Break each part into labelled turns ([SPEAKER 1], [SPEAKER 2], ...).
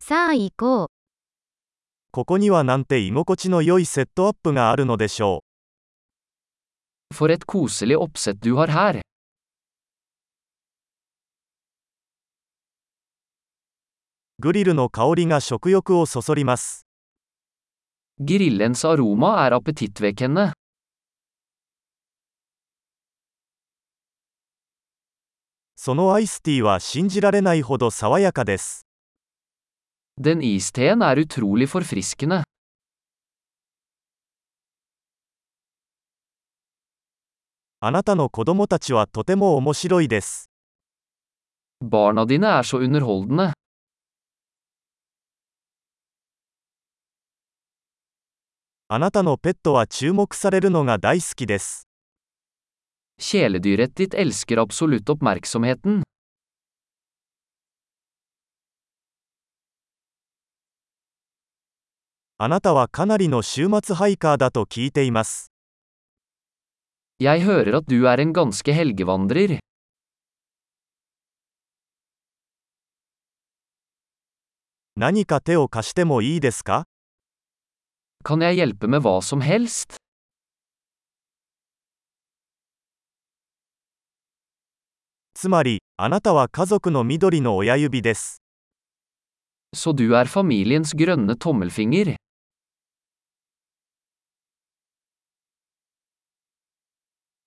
[SPEAKER 1] さあ行こう。
[SPEAKER 2] ここにはなんて居心地の良いセットアップがあるのでしょう。
[SPEAKER 3] For et koselig oppsett du har her.
[SPEAKER 2] グリルの香りが食欲をそそります。
[SPEAKER 3] Grillens aroma er appetittvekkende.
[SPEAKER 2] そのアイスティーは信じられないほど爽やかです。
[SPEAKER 3] Den isteen er utrolig forfriskende.
[SPEAKER 2] あなたの子供たちはとても面白いです。
[SPEAKER 3] Barna dine er så underholdende.
[SPEAKER 2] あなたのペットは注目されるのが大好きです。
[SPEAKER 3] Kjæledyret ditt elsker absolutt oppmerksomheten.
[SPEAKER 2] あなたはかなりの週末ハイカーだと聞いています。
[SPEAKER 3] Jeg hører at du er en ganske helgevandrer.
[SPEAKER 2] 何か手を貸してもいいですか
[SPEAKER 3] Kan jeg hjelpe med hva som helst?
[SPEAKER 2] つまり、あなたは家族の緑の親指です。
[SPEAKER 3] Så du er familiens grønne tommelfinger.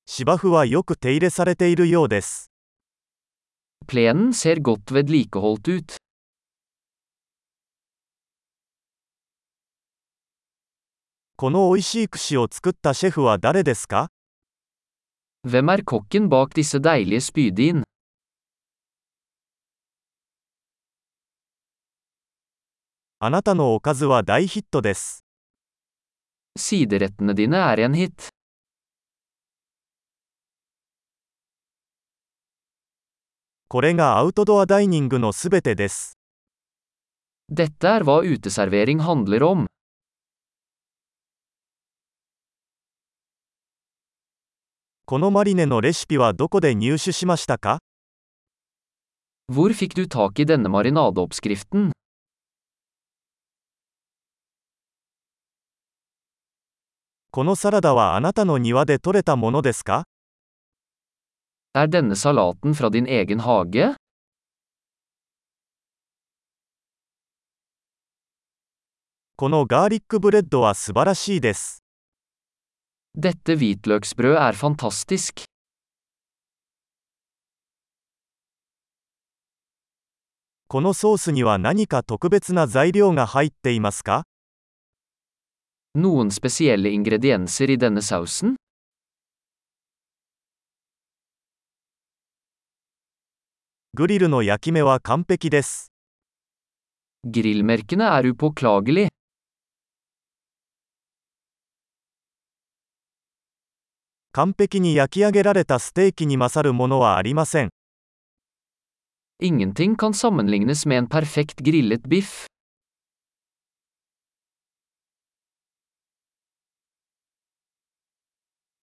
[SPEAKER 2] 芝生はよく手入れされているようです。
[SPEAKER 3] Plenen ser godt vedlikeholdt ut.
[SPEAKER 2] この美味しい串を作ったシェフは誰ですか
[SPEAKER 3] Hvem er kokken bak disse deilige spydin?
[SPEAKER 2] あなたのおかずは大ヒットです。
[SPEAKER 3] Siderettene dine er en hit.
[SPEAKER 2] これがアウトドアダイニングのすべてです。
[SPEAKER 3] Dette er hva uteservering handler om.
[SPEAKER 2] このマリネのレシピはどこで入手しましたか？
[SPEAKER 3] Hvor fikk du tak i denne marinadeoppskriften?
[SPEAKER 2] このサラダはあなたの庭で採れたものですか
[SPEAKER 3] Er denne salaten fra din egen hage?
[SPEAKER 2] このガーリックブレッドは素晴らしいです。
[SPEAKER 3] Dette hvitløksbrød er fantastisk.
[SPEAKER 2] このソースには何か特別な材料が入っていますか
[SPEAKER 3] Noen spesielle ingredienser i denne sausen?
[SPEAKER 2] グリルの焼き目は完璧です。
[SPEAKER 3] Grillmerkene er upåklagelig.
[SPEAKER 2] 完璧に焼き上げられたステーキに勝るものはありません。
[SPEAKER 3] Ingenting kan sammenlignes med en perfekt grillet biff.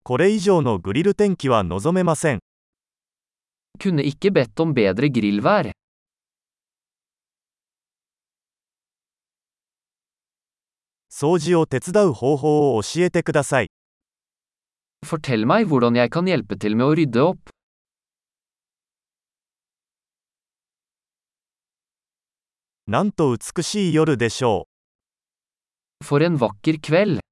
[SPEAKER 2] これ以上のグリル天気は望めません。
[SPEAKER 3] Kunne ikke bedt om bedre grillvær.
[SPEAKER 2] 掃除を手伝う方法を教えてください。
[SPEAKER 3] Fortell meg hvordan jeg kan hjelpe til med å rydde opp.
[SPEAKER 2] なんと美しい夜でしょう。
[SPEAKER 3] For en vakker kveld.